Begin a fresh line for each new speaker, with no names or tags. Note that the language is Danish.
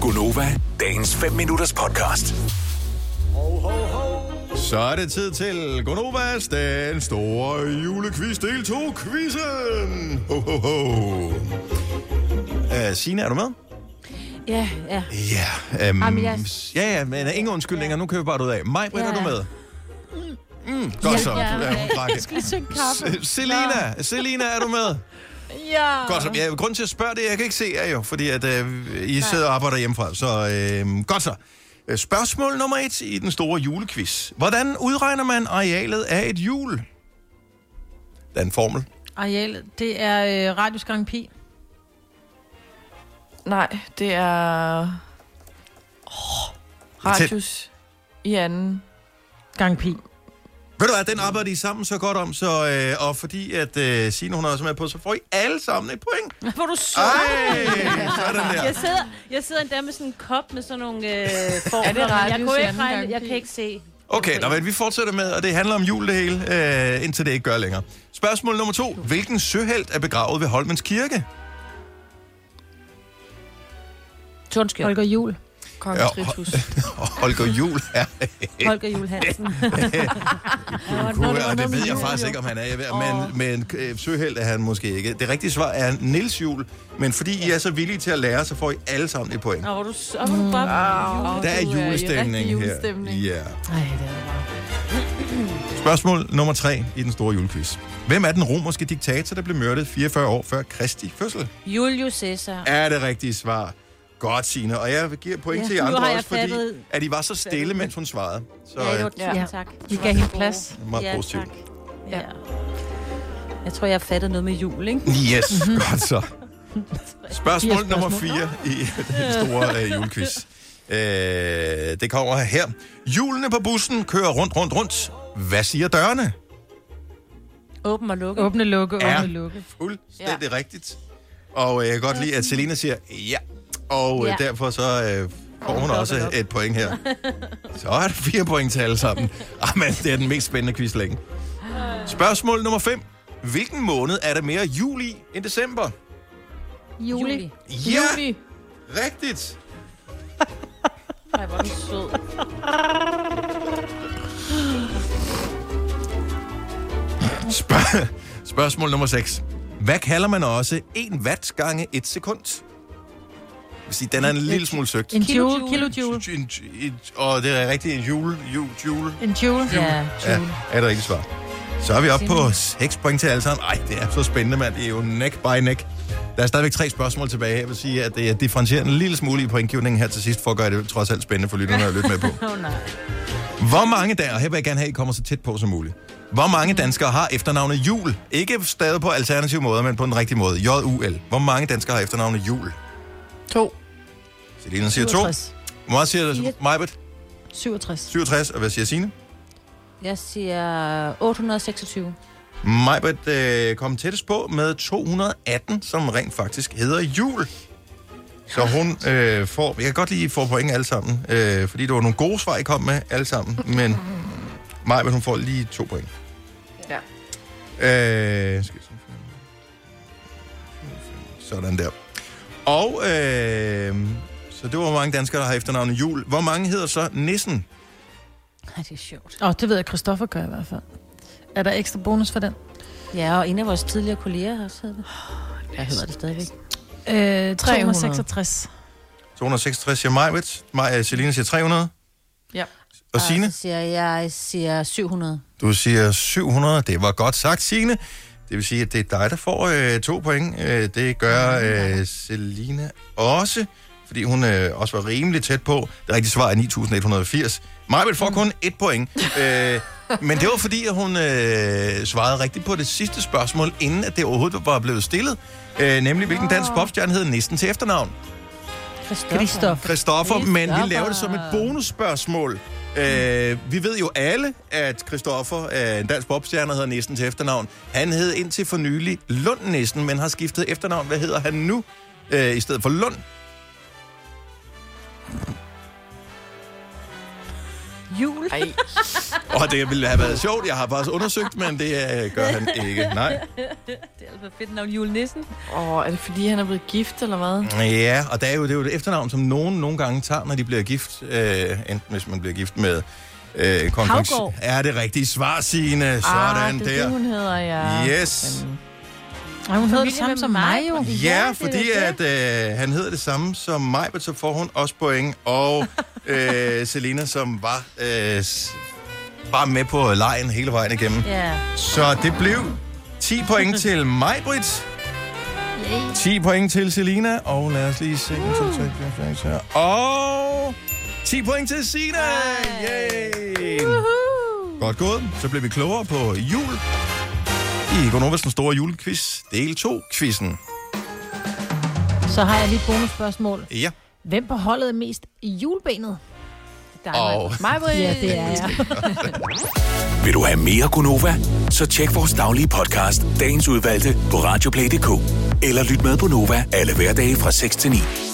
Gunova, dagens 5 minutters podcast.
Så er det tid til Gonovas, den store julequiz, del 2 quizzen. Ho, ho, ho. Uh, Signe, er du med?
Ja, ja.
Ja. Um,
Jamen, jeg-
Ja, ja, men øh, ingen undskyldninger. Nu kører vi bare ud af. Maj, Britt,
Ja,
er du
ja.
med? Mm, mm, godt så.
ja.
Ja, hun drak
Jeg skal synge kaffe.
Se- Selina, Selina, er du med?
Ja.
Godt så. Ja, grunden til at spørge det, jeg kan ikke se jer jo, fordi at, øh, I sidder og arbejder hjemmefra. Så øh, godt så. Øh, Spørgsmål nummer et i den store julequiz. Hvordan udregner man arealet af et hjul? Der er en formel.
Ariel, det er øh, Radius Grand Pi.
Nej, det er... Oh, radius i anden.
Gang Pi.
Ved du hvad, den arbejder I sammen så godt om, så, øh, og fordi at øh, Signe hun er også med på, så får I alle sammen et point.
Hvor er du så?
Ej, sådan der.
Jeg sidder, jeg sidder endda med sådan en kop med sådan nogle øh,
Er
formler.
det
men jeg,
radius
kunne
i
ikke
anden
regne,
gang?
jeg kan ikke se.
Okay, nå, men vi fortsætter med, og det handler om jul det hele, øh, indtil det ikke gør længere. Spørgsmål nummer to. Hvilken søhelt er begravet ved Holmens Kirke?
Tornskjold.
Holger Jul.
Kong
Ja,
ja.
ho-
Tritus.
Holger Jul er...
Holger Jul Hansen.
Kunne, og det ved jeg faktisk ikke, om han er. Jeg ved, men men øh, søheld er han måske ikke. Det rigtige svar er Nils Jul. Men fordi I er så villige til at lære, så får I alle sammen et point.
Nå, hvor er du så hvor er
Mm.
du bare...
Der er
du er i
julestemning
rigtig
her.
julestemning.
Ja.
Ej, det er bare...
Spørgsmål nummer tre i den store julequiz. Hvem er den romerske diktator, der blev myrdet 44 år før Kristi fødsel?
Julius Caesar.
er det rigtige svar. Godt, Signe. Og jeg giver point ja.
Ja.
til jer
Nu
andre
har jeg
også, fordi
fattet-
at I var så stille, mens hun svarede. Så
Ja, det var
øh,
ja.
Ja.
tak.
Vi gav hende plads.
meget
Ja,
positivt.
tak. Ja. Jeg tror, jeg har fattet noget med jul, ikke?
Yes, godt så. Spørgsmål,
Fire
nummer
spørgsmål.
4 i den store øh, julequiz. Øh, det kommer her. Hjulene på bussen kører rundt, rundt, rundt. Hvad siger dørene?
Åben og lukket.
Åbne, lukke,
Ja.
åbne, lukke.
Fuldstændig ja. rigtigt. Og øh, jeg kan godt lide, at Selina siger ja. Og øh,
Ja.
derfor så øh, får hun også et point her. Så er det fire point til alle sammen. Amen, det er den mest spændende quiz længe. Spørgsmål nummer 5. Hvilken måned er der mere jul i end december?
Juli.
Ja, rigtigt.
Ej, hvor er du sød.
Spørg- spørgsmål nummer 6. Hvad kalder man også 1 watt gange 1 sekund? Jeg vil sige, den er en lille smule søgt.
En
Kilo
jule.
jule.
Kilo jule.
En- en- Og det er rigtigt, en jule, jule, jule.
En jule. Ja,
Ja,
jule.
er det rigtigt svar. Så er vi oppe på 6 point til alle sammen. Ej, det er så spændende, mand. Det er jo neck by neck. Der er stadigvæk tre spørgsmål tilbage. Jeg vil sige, at jeg differentierer en lille smule i pointgivningen her til sidst, for at gøre det trods alt spændende for lytterne at lytte med på.
Åh, nej.
Hvor mange dage, og her vil jeg gerne have, at I kommer så tæt på som muligt. Hvor mange danskere har efternavnet Jul? Ikke stadig på alternative måder, men på den rigtige måde. J-U-L. Hvor mange danskere har efternavnet Jul?
To.
Selina siger to.
67.
Hvor meget siger Majbet?
67.
67. Og hvad siger Signe?
Jeg siger 826.
Majbert øh, kom tættest på med 218, som rent faktisk hedder jul. Så hun øh, får... Jeg kan godt lide, at I får point alle sammen, øh, fordi det var nogle gode svar, I kom med alle sammen, men Majbert, hun får lige to point.
Ja.
Øh, skal jeg se. sådan der. Og øh, så det var, hvor mange danskere, der har efternavnet jul. Hvor mange hedder så Nissen?
Ej, det er sjovt.
Åh, det ved jeg, Christoffer gør i hvert fald. Er der ekstra bonus for den?
Ja, og en af vores tidligere kolleger har også hedder det. Jeg hedder det stadigvæk.
Øh, 366.
266 siger Majbert. Maj, øh, Selina siger 300.
Ja.
Og Signe?
Så siger jeg, jeg siger 700.
Du siger 700. Det var godt sagt, Signe. Det vil sige, at det er dig, der får øh, to point. Øh, det gør øh, Selina også, fordi hun øh, også var rimelig tæt på. Det rigtige svar er 9180. Marvel får kun et point. Øh, men det var fordi, at hun øh, svarede rigtigt på det sidste spørgsmål, inden at det overhovedet var blevet stillet. Øh, nemlig, hvilken dansk popstjerne hed næsten til efternavn?
Christoffer.
Christoffer, men vi laver det som et bonusspørgsmål. Øh, vi ved jo alle, at Christoffer, øh, en dansk popstjerne, der hedder Nissen til efternavn. Han hed indtil for nylig Lund Nissen, men har skiftet efternavn. Hvad hedder han nu øh, i stedet for Lund?
jul.
Ej,
Og det ville have været sjovt. Jeg har faktisk undersøgt, men det øh, gør han ikke. Nej.
Det er altså fedt navn julenissen.
åh, er det fordi, han er blevet gift, eller hvad?
Ja, og der er jo, det er jo et efternavn, som nogen nogle gange tager, når de bliver gift. Øh, enten hvis man bliver gift med... Øh, konference-
Haugaard.
er det rigtige svar, Signe? Sådan
ah, det er
der.
det, hun hedder, ja.
Yes.
Men-
Ej, hun hedder
Familie
det samme
med
som mig
mig.
jo.
Ja,
det er
fordi
det.
at øh, han hedder det samme som mig, men så får hun også point. Og øh, Selina, som var øh, s- bare med på lejen hele vejen igennem.
Ja.
Så det blev 10 point til mig, Britt. 10 point til Selina. Og lad os lige se. 1, 2, 3, 4, 5, 6, 7. Og 10 point til Sina. Yay! Godt gået. Så blev vi klogere på jul. I Gonovas den store julequiz, del 2-quizzen.
Så har jeg lige et bonusspørgsmål.
Ja.
Hvem på holdet er mest i julebenet?
Dig,
Og
Maja.
Mig, Britt.
Ja, det er jeg.
Vil du have mere Gunova? Så tjek vores daglige podcast, dagens udvalgte, på radioplay.dk. Eller lyt med på Nova alle hverdage fra 6 til 9.